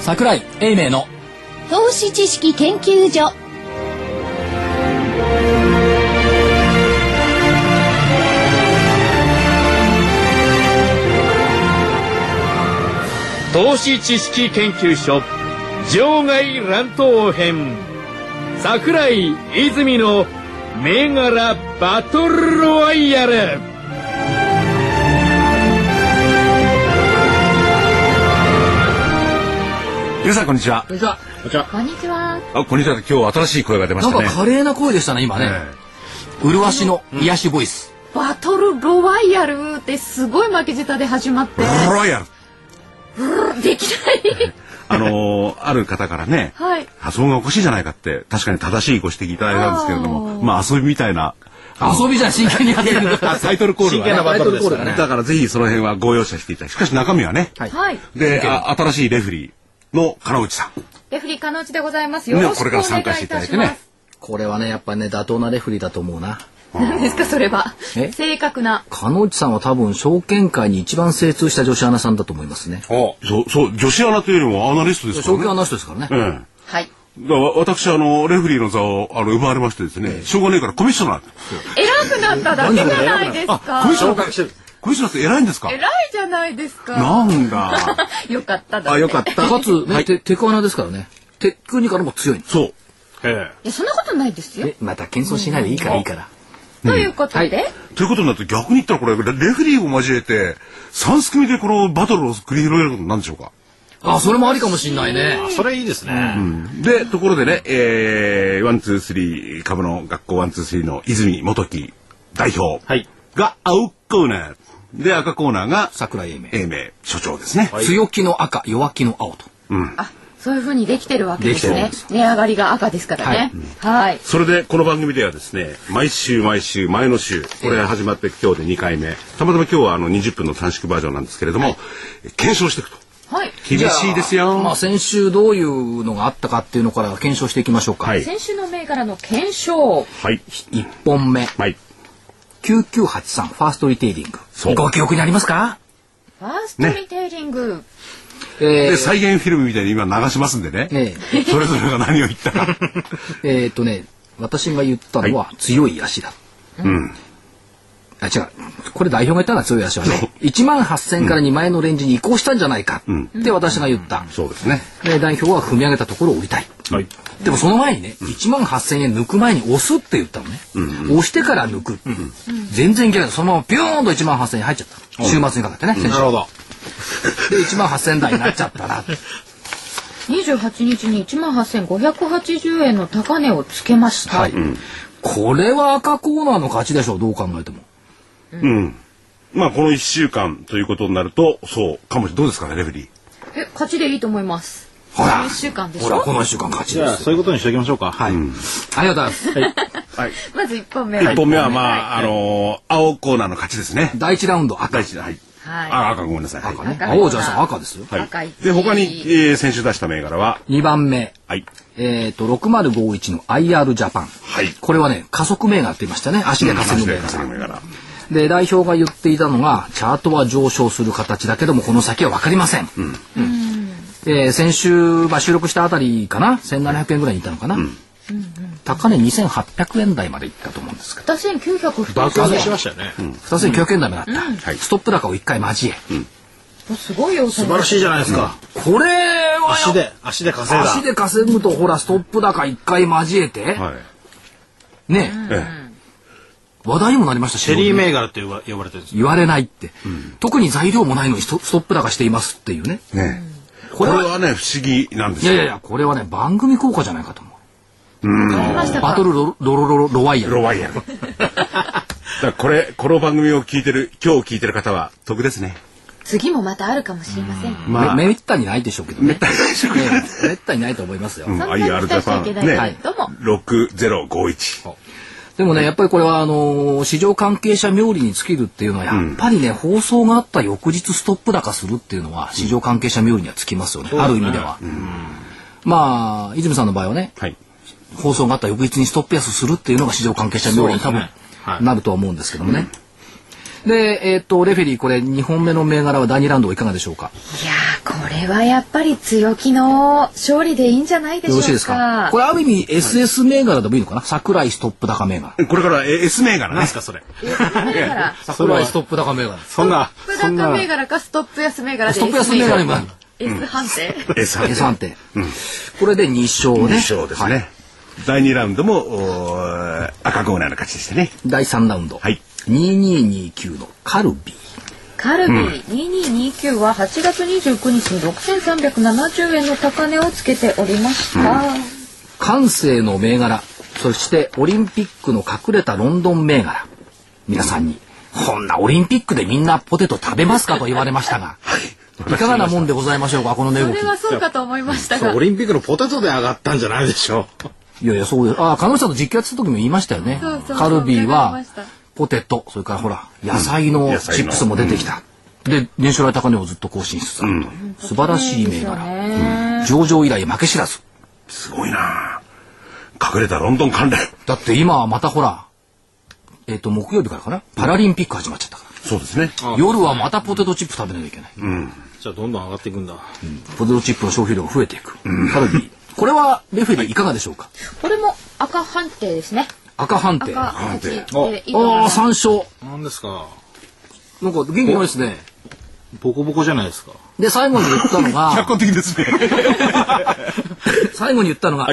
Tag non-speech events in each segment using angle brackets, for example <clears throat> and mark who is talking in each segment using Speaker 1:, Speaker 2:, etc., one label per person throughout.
Speaker 1: 桜井英明の
Speaker 2: 投資知識研究所
Speaker 3: 投資知識研究所場外乱闘編桜井泉の銘柄バトルロワイヤル
Speaker 4: 皆さんこんにちは。
Speaker 1: こんにちは
Speaker 2: こんにちは
Speaker 4: あ、こんにちは。今日新しい声が出ま
Speaker 1: な
Speaker 4: し
Speaker 1: ん
Speaker 4: た
Speaker 1: か
Speaker 4: ね。
Speaker 1: 華麗な声でしたね今ね、
Speaker 4: え
Speaker 1: 麗しの癒しボイス、
Speaker 2: バトルロワイヤルってすごい負け舌で始まって
Speaker 4: えロイヤル。
Speaker 2: できない
Speaker 4: あのー <laughs> ある方からね、
Speaker 2: <laughs> はい
Speaker 4: 発音がおかしいじゃないかって、確かに正しいご指摘いただいたんですけれども、まあ遊びみたいな、あ
Speaker 1: 遊びじゃない真剣にやって <laughs> る
Speaker 4: あタイトルコールはね
Speaker 1: 真剣なバトルです
Speaker 4: タ
Speaker 1: から
Speaker 4: イト
Speaker 1: ね
Speaker 4: ルコールだからぜひその辺はご容赦していただき、しかし中身はね、
Speaker 1: はい
Speaker 2: はい
Speaker 4: で、あ新しいレフェリーの金内さん。
Speaker 2: レフリーカノチでございますよろしくお願いいたします、
Speaker 4: ね
Speaker 1: これはねやっぱね妥当なレフリーだと思うな
Speaker 2: <laughs> 何ですかそれは
Speaker 1: え
Speaker 2: 正確な
Speaker 1: 鹿野内さんは多分証券界に一番精通した女子アナさんだと思いますね
Speaker 4: そう、そう、女子アナというよりもアナリストですか
Speaker 1: 証券
Speaker 4: ら
Speaker 1: ア
Speaker 4: ね。
Speaker 1: ナの人ですからね、
Speaker 4: ええ
Speaker 2: はい
Speaker 4: だからわ私あのレフェリーの座をあの奪われましてですね、しょうがないからコミッショナー
Speaker 2: 偉くなっただけじゃないです
Speaker 4: あコミッショ
Speaker 2: か
Speaker 4: ナーってコミッショナーって偉いんですか
Speaker 2: 偉いじゃないですか
Speaker 4: なん <laughs> だ
Speaker 2: よかっただって
Speaker 1: かつ、ねてテクアナですからねテクニカルも強いの
Speaker 4: そうえ
Speaker 2: いやそんなことないですよ
Speaker 1: えまた謙遜しないでいいからいいから
Speaker 2: ということで、
Speaker 4: えということになって逆に言ったらこれレレフェリーを交えて3す組でこのバトルを繰り広げることになるんでしょうか
Speaker 1: あそれもありかもしんないね
Speaker 5: それいいですね。
Speaker 4: でところでねえーワンツースリー株の学校ワンツースリーの泉元木代表
Speaker 5: はい
Speaker 4: が青コーナーで赤コーナーが
Speaker 1: 桜井英明
Speaker 4: 英明所長ですね、
Speaker 1: 強気の赤弱気の青と
Speaker 2: あそういうふうにできてるわけで
Speaker 1: で
Speaker 2: す
Speaker 1: きてる
Speaker 2: ね
Speaker 1: んです
Speaker 2: 値上がりが赤ですからねはい
Speaker 4: それでこの番組ではですね毎週毎週前の週これが始まって今日で2回目たまたま今日はあの20分の短縮バージョンなんですけれども、検証していくと
Speaker 2: はい
Speaker 4: 厳しいですよ、
Speaker 1: まあ先週どういうのがあったかっていうのから検証していきましょうか、
Speaker 4: はい
Speaker 2: 先週の銘柄の検証
Speaker 4: はい
Speaker 1: 一本目
Speaker 4: はい
Speaker 1: 9983ファーストリテイリング
Speaker 4: そう
Speaker 1: ご記憶にありますか
Speaker 2: ファーストリテイリング、
Speaker 1: え
Speaker 4: で
Speaker 1: ー
Speaker 4: 再現フィルムみたいに今流しますんでね、
Speaker 1: え
Speaker 4: それぞれが何を
Speaker 1: <laughs>
Speaker 4: 言ったか
Speaker 1: ええーとね私が言ったのは強い足だ、あ違うこれ代表が言ったのは強い足はね1万8000から2万円のレンジに移行したんじゃないかって私が言った、
Speaker 4: そうですね
Speaker 1: で代表は踏み上げたところを売りたい
Speaker 4: はい
Speaker 1: でもその前にね、1万8000円抜く前に押すって言ったのね。押してから抜く。全然いけない。そのままピューンと1万8000円入っちゃった。週末にかけてね、先週。
Speaker 5: なるほど。
Speaker 1: で、1万8000円台になっちゃったな。
Speaker 2: 28日に1万8580円の高値をつけました、
Speaker 1: はい。これは赤コーナーの勝ちでしょう、どう考えても。
Speaker 4: まあこの1週間ということになるとそうかもしれないどうですかねレフェリー
Speaker 2: え勝ちでいいと思います
Speaker 1: ほら
Speaker 2: 1週間でし
Speaker 1: ほら、こ
Speaker 2: ょ
Speaker 1: の1週間勝ち
Speaker 5: じ
Speaker 1: で
Speaker 5: ゃあ、
Speaker 1: す
Speaker 5: そう
Speaker 1: よ。
Speaker 5: いうことにしておきましょうか。はい。
Speaker 1: ありがとうございます。
Speaker 2: まず1本目
Speaker 4: 1本目はまあ、あのー青コーナーの勝ちですね
Speaker 1: 第1ラウンド赤
Speaker 4: 第。一はい、
Speaker 2: はい
Speaker 4: あ赤ごめんなさい
Speaker 1: 赤
Speaker 4: は
Speaker 1: ね。
Speaker 2: 赤
Speaker 1: 青じゃん、赤ですよ。
Speaker 4: い、
Speaker 2: 赤
Speaker 4: はい
Speaker 2: 一、
Speaker 4: で他に、えー先週出した銘柄は
Speaker 1: 2番目。
Speaker 4: はい
Speaker 1: えっと、6051の IR ジャパン。
Speaker 4: はい
Speaker 1: これはね、加速銘柄って言いましたね。足で稼ぐ銘柄。
Speaker 4: 目柄
Speaker 1: で代表が言っていたのがチャートは上昇する形だけどもこの先は分かりません、で先週、まあ、収録したあたりかな1700円ぐらいにいたのかな、高値2800円台までいったと思うんですけど
Speaker 5: 爆
Speaker 2: 2902
Speaker 5: 発
Speaker 2: 円
Speaker 5: しましたよね。
Speaker 1: 2900円台まであった、
Speaker 4: はい
Speaker 1: ストップ高を1回交え、
Speaker 2: おすごいよ
Speaker 5: 素晴らしいじゃないですか。
Speaker 1: これは
Speaker 5: 足で、足で稼いだ。
Speaker 1: 足で稼ぐとほらストップ高1回交えて、
Speaker 4: はい、
Speaker 1: ね、
Speaker 4: え
Speaker 1: 話題にもなりましたし
Speaker 5: チェリー銘柄って呼ば呼ばれてるんですよ
Speaker 1: 言われないって、特に材料もないのにストストップ高していますっていうね
Speaker 4: えねえこ
Speaker 1: れ
Speaker 4: れ
Speaker 1: は
Speaker 4: はね不思議なんで
Speaker 1: い
Speaker 4: す
Speaker 1: や
Speaker 4: よ
Speaker 1: いやいやこれはね番組効果じゃないかと思う
Speaker 2: 買いましたか
Speaker 1: バトルロロロロロワイヤル。
Speaker 4: ロワイヤルだ <laughs> からこれこの番組を聞いてる今日聞いてる方は得ですね
Speaker 2: 次もまたあるかもしれません
Speaker 4: まあ
Speaker 1: めめったにないでしょうけどね。めったにないでしょうけどね。めったにないと思いますよ。
Speaker 4: うん
Speaker 2: そんな
Speaker 4: IR
Speaker 2: に
Speaker 4: ジ
Speaker 2: 期
Speaker 4: ャ
Speaker 2: 待しちゃ
Speaker 4: パ
Speaker 2: い
Speaker 4: ン
Speaker 2: けないけれ
Speaker 4: ね
Speaker 2: ども
Speaker 4: 6051
Speaker 1: でもね、やっぱりこれはあのー市場関係者冥利に尽きるっていうのは、やっぱりね、放送があった翌日ストップ高するっていうのは、市場関係者冥利には尽きますよね。ある意味では。まあ、泉さんの場合はね、
Speaker 4: はい
Speaker 1: 放送があった翌日にストップ安するっていうのが市場関係者冥利に多分
Speaker 5: そうですねはい
Speaker 1: なるとは思うんですけどもね。で、えっと、レフェリー、これ、2本目の銘柄は第2ラウンドはいかがでしょうか
Speaker 6: いやーこれはやっぱり強気の勝利でいいんじゃないでし
Speaker 1: よ
Speaker 6: ょう
Speaker 1: ろ
Speaker 6: か
Speaker 1: しいですかこれ、ある意味、SS 銘柄でもいいのかな桜井ストップ高銘柄。
Speaker 4: これからえ S 銘柄
Speaker 5: 何
Speaker 4: ね
Speaker 5: す。かそれ。
Speaker 6: ら
Speaker 1: 桜井ストップ高銘柄。
Speaker 5: そんな、
Speaker 6: ストップ
Speaker 5: そんな
Speaker 6: 高。銘柄かストップ安銘柄で
Speaker 1: ストップ安銘柄にもある
Speaker 6: S 判定
Speaker 4: S 判定
Speaker 1: S 判定。これで2勝ね。
Speaker 4: 2勝ですね。第2ラウンドもおー赤コーナーの勝ちでしたね。
Speaker 1: 第3ラウンド。
Speaker 4: はい
Speaker 1: 2229のカルビー。
Speaker 2: カルビー2229は8月29日に6370円の高値をつけておりました。
Speaker 1: 感性の銘柄そしてオリンピックの隠れたロンドン銘柄皆さんに「こんなオリンピックでみんなポテト食べますか?」と言われましたが、い、かがなもんでございましょうかこの値動
Speaker 6: そ
Speaker 1: き
Speaker 6: れはそうかと思いました
Speaker 5: そう
Speaker 6: が
Speaker 5: オリンピックのポテトで上がったんじゃないでしょ
Speaker 1: いやいやそうですああ彼女さんと実況やってた時も言いましたよね
Speaker 6: そうそうそう
Speaker 1: カルビ
Speaker 6: 伺
Speaker 1: ー
Speaker 6: い
Speaker 1: は
Speaker 6: ました
Speaker 1: ポテトそれからほら野菜の
Speaker 4: 野菜の
Speaker 1: チップスも出てきた、で年初来高値をずっと更新しつつあるという、素晴らしい銘柄、上場以来負け知らず
Speaker 4: すごいなぁ隠れたロンドン <laughs> 関連。
Speaker 1: だって今はまたほらえっ、と木曜日からかなパラリンピック始まっちゃったから
Speaker 4: そうですね。
Speaker 1: 夜はまたポテトチップ食べなきゃいけない、
Speaker 5: じゃあどんどん上がっていくんだ。
Speaker 1: ポテトチップの消費量が増えていく、カルビーこれはレフェリーいかがでしょうか
Speaker 2: これも赤判定ですね。
Speaker 1: 赤判定
Speaker 6: が
Speaker 1: あ
Speaker 6: 勝ちで
Speaker 5: お
Speaker 6: いいと思い
Speaker 1: あ
Speaker 6: ま
Speaker 1: ー
Speaker 6: す
Speaker 1: 三勝
Speaker 5: なんですか。
Speaker 1: なんか元気ないですね
Speaker 5: ボコボコじゃないですか。
Speaker 1: で最後に言ったの
Speaker 4: <laughs> 客
Speaker 1: が
Speaker 4: 観的ですね。
Speaker 1: 最後に言ったのが、 <clears throat> ウ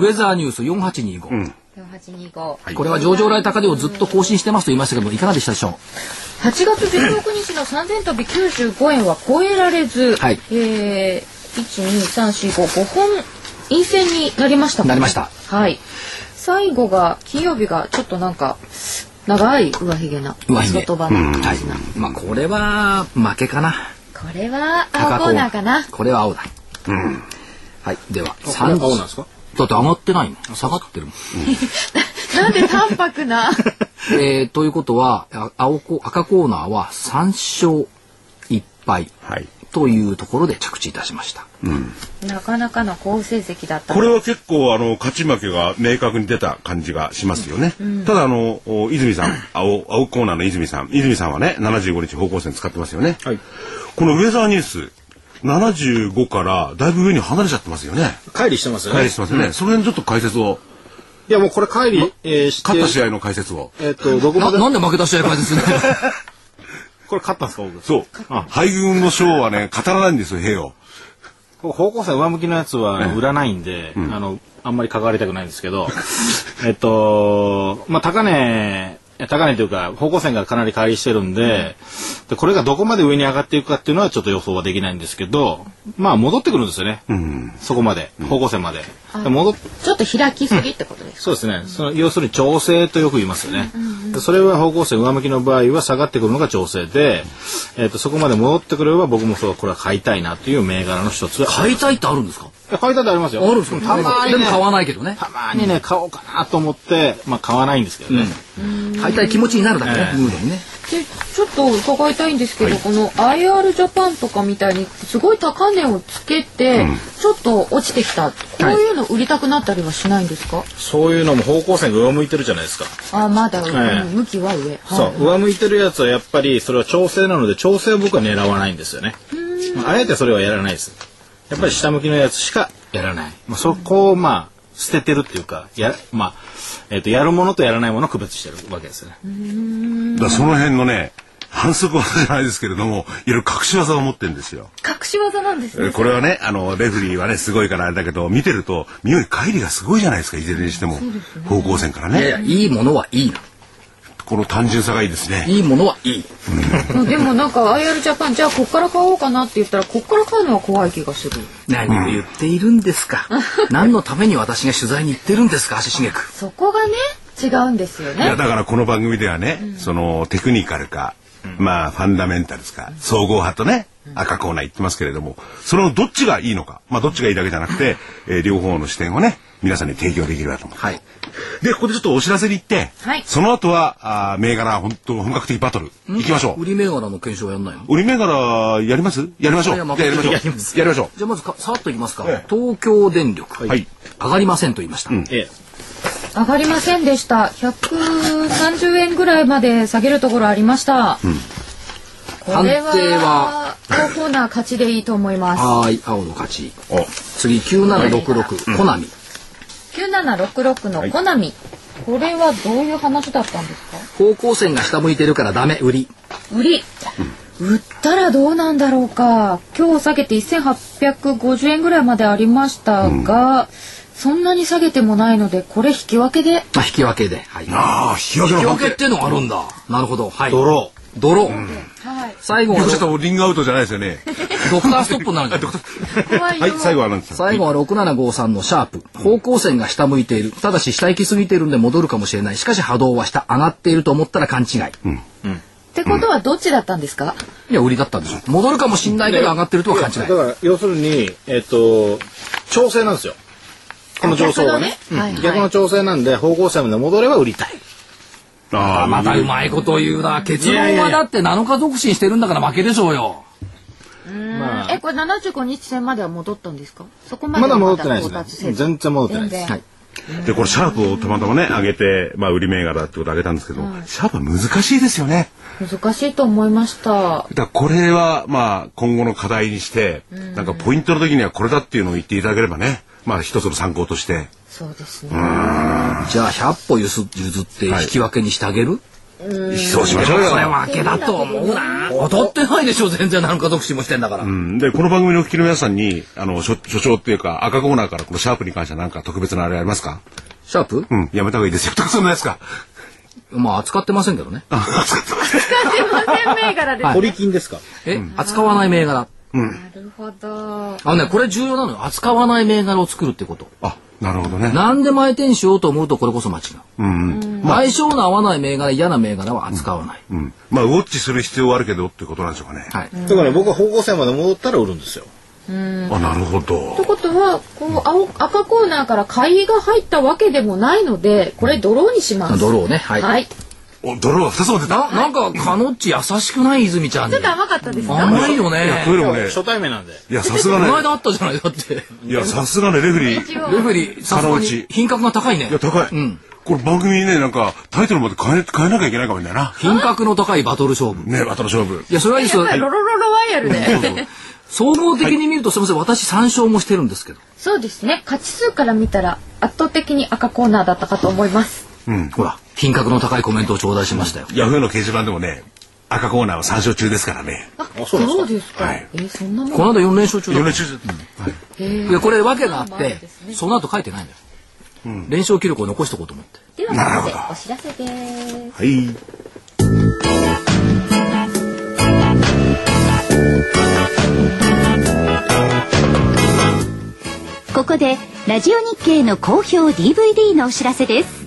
Speaker 1: ェザーニュース4825、
Speaker 2: 4825。
Speaker 1: これは上場来高値をずっと更新してますと言いましたけどもいかがでしたでしょ
Speaker 2: 8月16日の3000飛び95円は超えられず、
Speaker 1: はい
Speaker 2: えー、12345本陰線になりましたかね
Speaker 1: なりました
Speaker 2: はい最後が金曜日がちょっとなんか長い上髭な
Speaker 1: う上髭
Speaker 2: 外場な
Speaker 1: う、
Speaker 2: 感
Speaker 1: はい
Speaker 2: じな、
Speaker 1: まあこれは負けかな
Speaker 6: これは青コーナーかな
Speaker 1: 赤これは青だはいでは
Speaker 5: あ
Speaker 1: 三
Speaker 5: 青なんですか
Speaker 1: だって上がってないの下がってるもん
Speaker 6: なんで淡白
Speaker 1: <laughs>
Speaker 6: な
Speaker 1: えーということはあ青コ赤コーナーは3勝1敗
Speaker 4: はい。
Speaker 1: というところで着地いたしました。
Speaker 2: なかなかの好成績だった
Speaker 4: これは結構あの勝ち負けが明確に出た感じがしますよね。ただあのお泉さん、 <coughs> 青青コーナーの泉さん、泉さんはね75日方向線使ってますよね。
Speaker 5: はい
Speaker 4: このウェザーニュース75からだいぶ上に離れちゃってますよね。
Speaker 5: 帰りしてますよね。
Speaker 4: 返りしてますよね。その辺ちょっと解説を
Speaker 5: いやもうこれ帰り、えー、して。
Speaker 4: 勝った試合の解説を。
Speaker 5: えっ、と、どこま
Speaker 1: な
Speaker 5: で。
Speaker 1: なんで負けた試合解説ね。 <laughs>
Speaker 5: これ勝ったんですか、僕。
Speaker 4: そう。敗軍の将はね語らないんですよ兵を。
Speaker 5: こう方向性上向きのやつはあの売らないんで、あのあんまり関わりたくないんですけど <laughs> えっとまあ高値え高値というか方向線がかなり乖離してるんで,、でこれがどこまで上に上がっていくかっていうのはちょっと予想はできないんですけどまあ戻ってくるんですよね、そこまで方向線まで,で、戻っ
Speaker 2: ちょっと開きすぎってことです、
Speaker 5: そうですねその要するに調整とよく言いますよね、でそれは方向性上向きの場合は下がってくるのが調整で、えっとそこまで戻ってくれば僕もそうこれは買いたいなという銘柄の一つ
Speaker 1: 買いたいってあるんですか。
Speaker 5: いや買いたいでありますよ。
Speaker 1: あるんですか。
Speaker 5: たまに
Speaker 1: で
Speaker 5: ね
Speaker 1: も、買わないけどね。
Speaker 5: たまにね、買おうかなと思って、まあ買わないんですけどね。
Speaker 1: 買いたい気持ちになるだけね。ムードにね。
Speaker 2: でちょっと伺いたいんですけど、この IR ジャパンとかみたいにすごい高値をつけて、ちょっと落ちてきたこういうの売りたくなったりはしないんですか、
Speaker 5: そういうのも方向線が上向いてるじゃないですか。
Speaker 2: あまだ、
Speaker 5: ええ
Speaker 2: 向きは上、はい
Speaker 5: そう、上向いてるやつはやっぱり、それは調整なので、調整を僕は狙わないんですよね。まああえてそれはやらないです。やっぱり下向きのやつしかやらない。まあそこをまあ、捨ててるっていうか、や、まあ、えっと、やるものとやらないものを区別してるわけですよね。
Speaker 4: だからその辺のね反則技じゃないですけれどもいろいろ隠し技を持ってるんですよ。
Speaker 6: 隠し技なんです
Speaker 4: え
Speaker 6: ね
Speaker 4: ーこれはね、あの、レフェリーはね、すごいからあれだけど、見てると、匂い帰りがすごいじゃないですか、いずれにしても。方向線から
Speaker 1: いやい
Speaker 4: ね。
Speaker 1: や、いいものはいいな。
Speaker 4: この単純さがいいですね。
Speaker 1: いいものはいい。
Speaker 2: うんでもなんか IR ジャパンじゃあこっから買おうかなって言ったらこっから買うのは怖い気がする
Speaker 1: 何を言っているんですか。何のために私が取材に行ってるんですか、足しげく。
Speaker 6: そこがね
Speaker 2: 違うんですよ
Speaker 4: いや、
Speaker 2: ね
Speaker 4: だからこの番組ではね、その、テクニカルか、まあ、ファンダメンタルズか、総合派とね、赤コーナー言ってますけれども、そのどっちがいいのか、まあ、どっちがいいだけじゃなくて、えー両方の視点をね、皆さんに提供できればと思う。
Speaker 1: はい。
Speaker 4: で、ここでちょっとお知らせに行って、
Speaker 2: はい
Speaker 4: その後は、あー銘柄、本当本格的バトル、行きましょう
Speaker 1: 売。り銘柄の検証はやんないの。
Speaker 4: 売り銘柄、やりますやりましょ
Speaker 1: い
Speaker 4: う。じ
Speaker 1: や
Speaker 4: ゃ
Speaker 1: まあ
Speaker 4: あやりましょう。
Speaker 1: や
Speaker 4: や
Speaker 1: り
Speaker 4: り
Speaker 1: ま
Speaker 4: ますしょう。
Speaker 1: じゃあまずかさっといきますか
Speaker 4: ええ。
Speaker 1: 東京電力。
Speaker 4: はい。
Speaker 1: 上がりませんと言いました。
Speaker 5: ええ。
Speaker 2: 上がりませんでした。130円ぐらいまで下げるところありました。これ
Speaker 1: 判定は
Speaker 2: は、ココナ勝ちでいいと思います。
Speaker 1: はーい、青の勝ち。
Speaker 4: お
Speaker 1: 次、9766、コナミ。
Speaker 2: 9766のコナミ、これはどういう話だったんですか
Speaker 1: 方向線が下向いてるからダメ、売り。
Speaker 2: 売り、売ったらどうなんだろうか今日下げて1850円ぐらいまでありましたが、そんなに下げてもないのでこれ引き分けで
Speaker 1: まあ、引き分けで。はい。引
Speaker 4: ああ、引き分
Speaker 1: き
Speaker 4: けの
Speaker 1: 分け
Speaker 4: 判
Speaker 1: っ
Speaker 4: 定。
Speaker 1: ていうのがあるんだ。なるほど。はい。
Speaker 5: ドロ
Speaker 1: ドロー。
Speaker 2: はい
Speaker 1: 最後は
Speaker 4: 両者
Speaker 1: ド
Speaker 4: ともリングアウトじゃないですよね。
Speaker 1: ドクターストップになるんだよ。
Speaker 2: 怖いよ、
Speaker 4: はい、最後は何ですか
Speaker 1: 最後は6753のシャープ。方向線が下向いている。ただし下行き過ぎているんで戻るかもしれない。しかし波動は下上がっていると思ったら勘違い。
Speaker 2: ってことはどっちだったんですか、
Speaker 1: いや、売りだったんでしょ。戻るかもしれないけど上がってるとは勘違
Speaker 5: だ
Speaker 1: い。
Speaker 5: から要するにえっと調整なんですよ。この上層はね。
Speaker 2: 逆のねはいはい
Speaker 5: 逆の調整なんで方向性まで戻れば売りたい。
Speaker 4: ああ、
Speaker 1: またうまいこと言うな。結論はだって7日続進してるんだから負けでしょうよ。
Speaker 5: まあ
Speaker 2: えこれ75日線までは戻ったんですかそこまで
Speaker 5: ま
Speaker 2: は
Speaker 5: だ戻って
Speaker 2: ま
Speaker 5: ない
Speaker 2: 到
Speaker 5: で
Speaker 2: 達
Speaker 5: す
Speaker 2: せ
Speaker 5: ね。
Speaker 2: ず
Speaker 5: 全然戻ってないです。
Speaker 2: 全然
Speaker 1: はい。
Speaker 4: で、これシャープをたまたまね、上げて、まあ、売り銘柄ってこと上げたんですけど、シャープは難しいですよね。
Speaker 2: 難しいと思いました
Speaker 4: だからこれは、まあ、今後の課題にして、なんかポイントの時にはこれだっていうのを言っていただければね、まあ、一つの参考として。
Speaker 2: そうですね、
Speaker 1: じゃあ100歩ゆす譲って引き分けにしてあげる、
Speaker 4: そうしましょう
Speaker 1: これ
Speaker 4: よ。
Speaker 1: 負けだと思うな。踊ってないでしょ、全然7日続進もしてんだから。
Speaker 4: うん、で、この番組のお聞きの皆さんに、あの、所所長っていうか、赤コーナーからこのシャープに関してはなんか特別なあれありますか
Speaker 1: シャープ
Speaker 4: うん、やめた方がいいですよ。とか、そんなやつか。
Speaker 1: まあ扱ってませんけどね。
Speaker 4: あ、使ってます
Speaker 2: 銘柄で
Speaker 1: はい
Speaker 5: 堀金ですか。
Speaker 1: え、扱わない銘柄。
Speaker 2: なるほど
Speaker 1: あのね、これ重要なのよ。扱わない銘柄を作るってこと。
Speaker 4: あ、なるほどね。
Speaker 1: なんで前転しようと思うとこれこそ間違う。
Speaker 4: うん。
Speaker 1: 相性の合わない銘柄、嫌な銘柄は扱わない。
Speaker 4: うん。まあ、ウォッチする必要はあるけどっていうことなんでしょうかね。
Speaker 1: はい。
Speaker 5: だから僕は方向性まで戻ったら売るんですよ。
Speaker 4: あ、なるほ
Speaker 2: とい
Speaker 4: ど
Speaker 2: う。ことはこう青赤コーナーから買いが入ったわけでもないのでこれドローにします。
Speaker 1: ドローね。はい。
Speaker 2: はい。
Speaker 4: お、ドローが2つも出た。
Speaker 1: な、なんか、かのっち優しくない泉ちゃんに。
Speaker 2: 甘かったですか。
Speaker 1: 甘いよ
Speaker 4: い
Speaker 1: ね
Speaker 4: や、。これでもね、
Speaker 5: 初対面なんで。
Speaker 4: いや、さすが
Speaker 1: こ
Speaker 4: ね。
Speaker 1: の間あったじゃないだって。レ
Speaker 4: いや、さすがね、レフェリー。い
Speaker 1: フェリー、さす
Speaker 4: かの
Speaker 1: が
Speaker 4: う
Speaker 1: に
Speaker 4: ち
Speaker 1: 品格が高いね
Speaker 4: や、。高い。
Speaker 1: うん
Speaker 4: これ番組ね、なんか、タイトルまで変え、変えなきゃいけないかもだな。
Speaker 1: 品格の高いバトル勝負。
Speaker 4: ね、バトル勝
Speaker 1: <laughs>
Speaker 4: 負。
Speaker 1: いや、それはいいですよ。
Speaker 2: ロロロロワイヤルで。
Speaker 1: 総合的に見ると、すみません、私3勝もしてるんですけど。
Speaker 2: そうですね。勝ち数から見たら圧倒的に赤コーナーだったかと思います。
Speaker 4: うん。
Speaker 1: ほら、品格の高いコメントを頂戴しましたよ。
Speaker 4: ヤフーの掲示板でもね、赤コーナーは参照中ですからね。
Speaker 2: あ、
Speaker 5: そうですか
Speaker 2: そうですか。
Speaker 4: はい
Speaker 2: えーそんなもん。
Speaker 1: この間4連勝中だ
Speaker 4: 4年中、
Speaker 2: えー
Speaker 1: いやこれ訳があって、
Speaker 2: ですね
Speaker 1: その後書いてないんだよ、連勝記録を残しておこうと思って
Speaker 2: ではここでお知らせです。
Speaker 4: はい。
Speaker 7: ここでラジオ日経の好評 DVD のお知らせです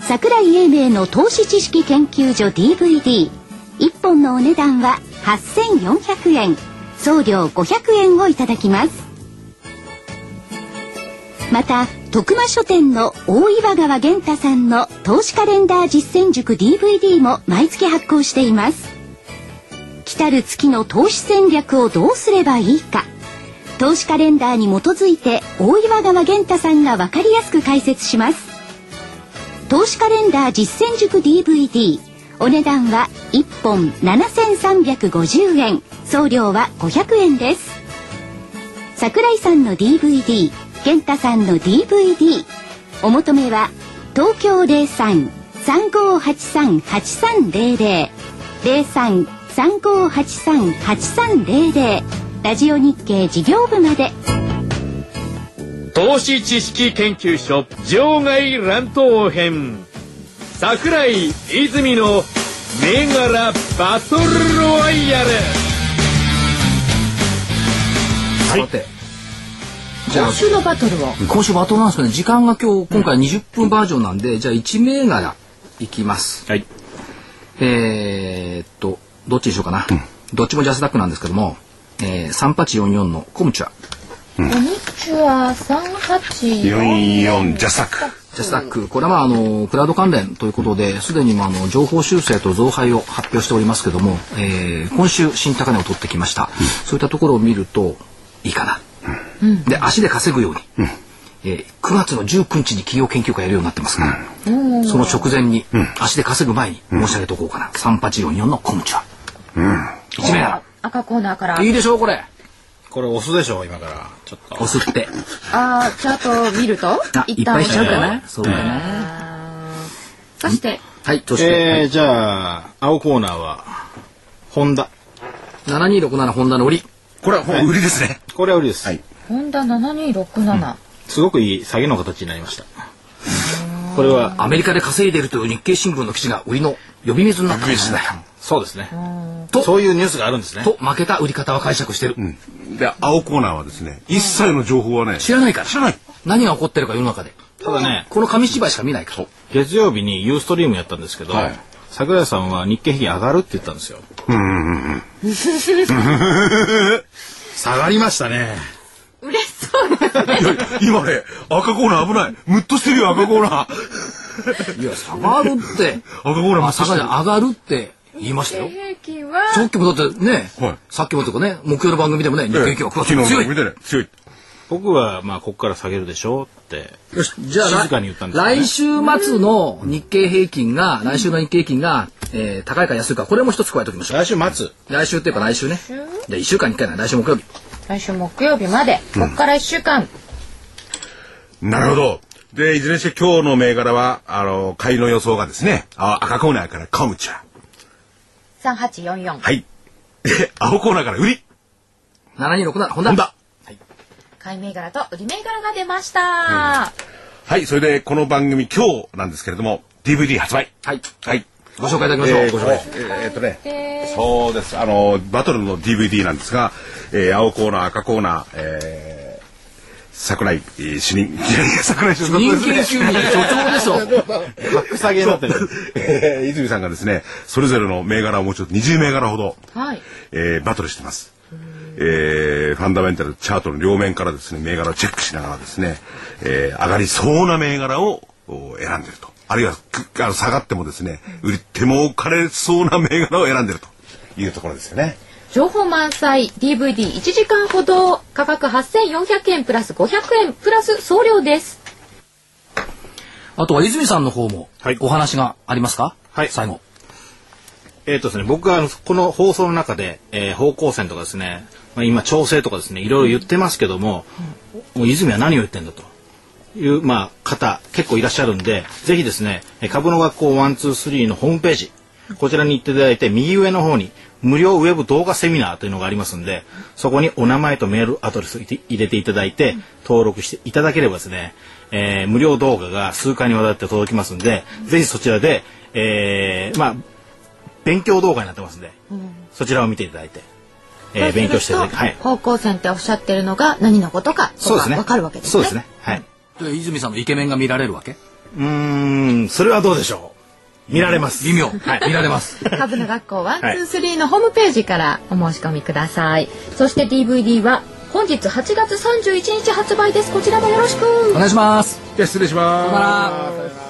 Speaker 7: 桜井英明の投資知識研究所 DVD1 本のお値段は8400円送料500円をいただきますまた徳間書店の大岩川源太さんの投資カレンダー実践塾 DVD も毎月発行しています来たる月の投資戦略をどうすればいいか投資カレンダーに基づいて大岩川源太さんが分かりやすく解説します投資カレンダー実践塾 DVD お値段は1本7350円送料は500円です桜井さんの DVD 健太さんの DVD お求めは東京03-3583-8300 03-3583-8300ラジオ日経事業部まで
Speaker 3: 投資知識研究所場外乱闘編桜井泉の銘柄バトルロワイヤル
Speaker 1: さて、じゃあ
Speaker 2: 今週のバトルは
Speaker 1: 今週バトルなんですけどね時間が今日今回20分バージョンなんで、じゃあ1銘柄いきます。
Speaker 5: はい。
Speaker 1: えーっと、どっちにしようかな。どっちもジャスダックなんですけども、えー、3844のコムチュア、
Speaker 2: こんにちは、三八
Speaker 4: 44ジャスタック。
Speaker 1: ジャスダック、これはまああの、クラウド関連ということで、すでにまああの、情報修正と増配を発表しておりますけども、えー、今週新高値を取ってきました。そういったところを見ると、いいかな。で、足で稼ぐように。えー9月の19日に企業研究会やるようになってますから、その直前に、足で稼ぐ前に申し上げておこうかな、3844のコムチュア、一面あ
Speaker 2: 赤コーナーから
Speaker 1: る。いいでしょうこれ
Speaker 5: これ押すでしょ、今から。ちょっと。
Speaker 1: おすって。
Speaker 2: あーチャートを見ると
Speaker 1: あ、い
Speaker 2: 一
Speaker 1: っぱ
Speaker 2: 旦
Speaker 1: いしちゃうかな。
Speaker 2: ね
Speaker 1: そうだね。
Speaker 2: そして
Speaker 1: はい、そして、
Speaker 5: えー、じゃあ、青コーナーは、ホンダ。
Speaker 1: 7267ホンダの売り。
Speaker 4: これはもう売りですね。
Speaker 5: これは売りです。
Speaker 4: はい
Speaker 2: ホンダ七二六七。
Speaker 5: すごくいい下げの形になりました。これは、
Speaker 1: アメリカで稼いでいるという日経新聞の記事が売りの呼び水になったんですね。
Speaker 5: そうですね。
Speaker 1: と
Speaker 5: そういうニュースがあるんですね。
Speaker 1: と、負けた売り方は解釈してる。
Speaker 4: で、青コーナーはですね、一切の情報はね、
Speaker 1: 知らないから。
Speaker 4: 知らない。
Speaker 1: 何が起こってるか世の中で。
Speaker 5: ただね、
Speaker 1: この紙芝居しか見ないから。
Speaker 5: 月曜日にユーストリームやったんですけど、
Speaker 4: はい
Speaker 5: 桜井さんは日経平均上がるって言ったんですよ。 <laughs> 下がりましたね。
Speaker 2: 嬉しそうですね。
Speaker 4: いや今ね、赤コーナー危ない。ムッとしてるよ、赤コーナー。
Speaker 1: いや、下がるって。
Speaker 4: 赤コーナーム
Speaker 1: あ、
Speaker 4: ッと
Speaker 1: 下
Speaker 4: して
Speaker 1: が
Speaker 4: る
Speaker 1: る、。上がるって言いましたよ。
Speaker 2: 平均は
Speaker 1: さっきもだってね、
Speaker 4: はい
Speaker 1: さっきもというかね、木曜の番組でもね、日経平均は9月
Speaker 4: 昨
Speaker 1: に
Speaker 4: 日
Speaker 1: 強
Speaker 4: の
Speaker 1: い。
Speaker 4: 見てね、強い。
Speaker 5: 僕は、まあ、ここから下げるでしょうって。
Speaker 1: よし、じゃあ、
Speaker 5: 静かに言ったんですね
Speaker 1: 来週末の日経平均が、来週の日経平均が、えー高いか安いか、これも一つ加えておきましょう。
Speaker 5: 来週末。
Speaker 1: 来週っていうか来週ね。で、1週間に1回な、来週木曜日。
Speaker 2: 来週木曜日まで。ここから一週間。
Speaker 4: なるほど。で、いずれにして今日の銘柄は、あの、買いの予想がですね、あ赤コーナーからコムチャ。
Speaker 2: 三八四四。
Speaker 4: はい。で、青コーナーから売り。
Speaker 1: 7267、ホンダ。
Speaker 4: ホンダ。
Speaker 2: 買い銘柄と売り銘柄が出ました。
Speaker 4: はい、それでこの番組今日なんですけれども、DVD 発売。
Speaker 1: はい。
Speaker 4: はい。
Speaker 1: ご紹介いただきましょう。
Speaker 4: えー
Speaker 1: ご紹介。
Speaker 4: えーえーっとね、
Speaker 2: で
Speaker 4: そうです。あの、バトルの DVD なんですが、えー青コーナー、赤コーナー、えー桜井、えー主任、 <laughs> いやいや桜井主任
Speaker 1: 人研究員
Speaker 5: <laughs>
Speaker 1: 所長でしょ。
Speaker 5: 格下げになってる。
Speaker 4: <laughs> えー泉さんがですね、それぞれの銘柄をもうちょっと20銘柄ほど、
Speaker 2: はい。
Speaker 4: えーバトルしてます。えーファンダメンタルチャートの両面からですね、銘柄をチェックしながらですね、えー上がりそうな銘柄をお選んでると。あるいは、くあの下がってもですね、売っても置かれそうな銘柄を選んでるというところですよね。
Speaker 2: 情報満載 DVD1 時間ほど価格8400円プラス500円プラス送料です
Speaker 1: あとは泉さんの方も
Speaker 5: はい、
Speaker 1: お話がありますか
Speaker 5: はい
Speaker 1: 最後。
Speaker 5: えーとですね、僕はあのこの放送の中で、えー方向線とかですね、まあ、今調整とかですねいろいろ言ってますけども,、もう泉は何を言ってんだという、まあ、方結構いらっしゃるんでぜひですねえー株の学校123のホームページこちらに行っていただいて右上の方に無料ウェブ動画セミナーというのがありますんでそこにお名前とメールアドレスを入れていただいて登録していただければですね、えー無料動画が数回にわたって届きますんでぜひそちらで、えーまあ勉強動画になってますんで、そちらを見ていただいて、えー勉強していただいて、はい、
Speaker 2: 方向線っておっしゃってるのが何のことかと
Speaker 5: そうで
Speaker 2: か
Speaker 5: すね。
Speaker 2: 分かるわけです
Speaker 5: そう
Speaker 2: ね
Speaker 5: ですね。はい。
Speaker 1: で泉さんのイケメンが見られるわけ
Speaker 5: うーん、それはどうでしょう。見られます。
Speaker 1: 微妙。
Speaker 5: はい。
Speaker 1: 見られます。
Speaker 2: 株の学校123のホームページからお申し込みください、そして DVD は本日8月31日発売ですこちらもよろしく
Speaker 1: お願いします。
Speaker 4: じゃあ失礼します。
Speaker 1: さよなら。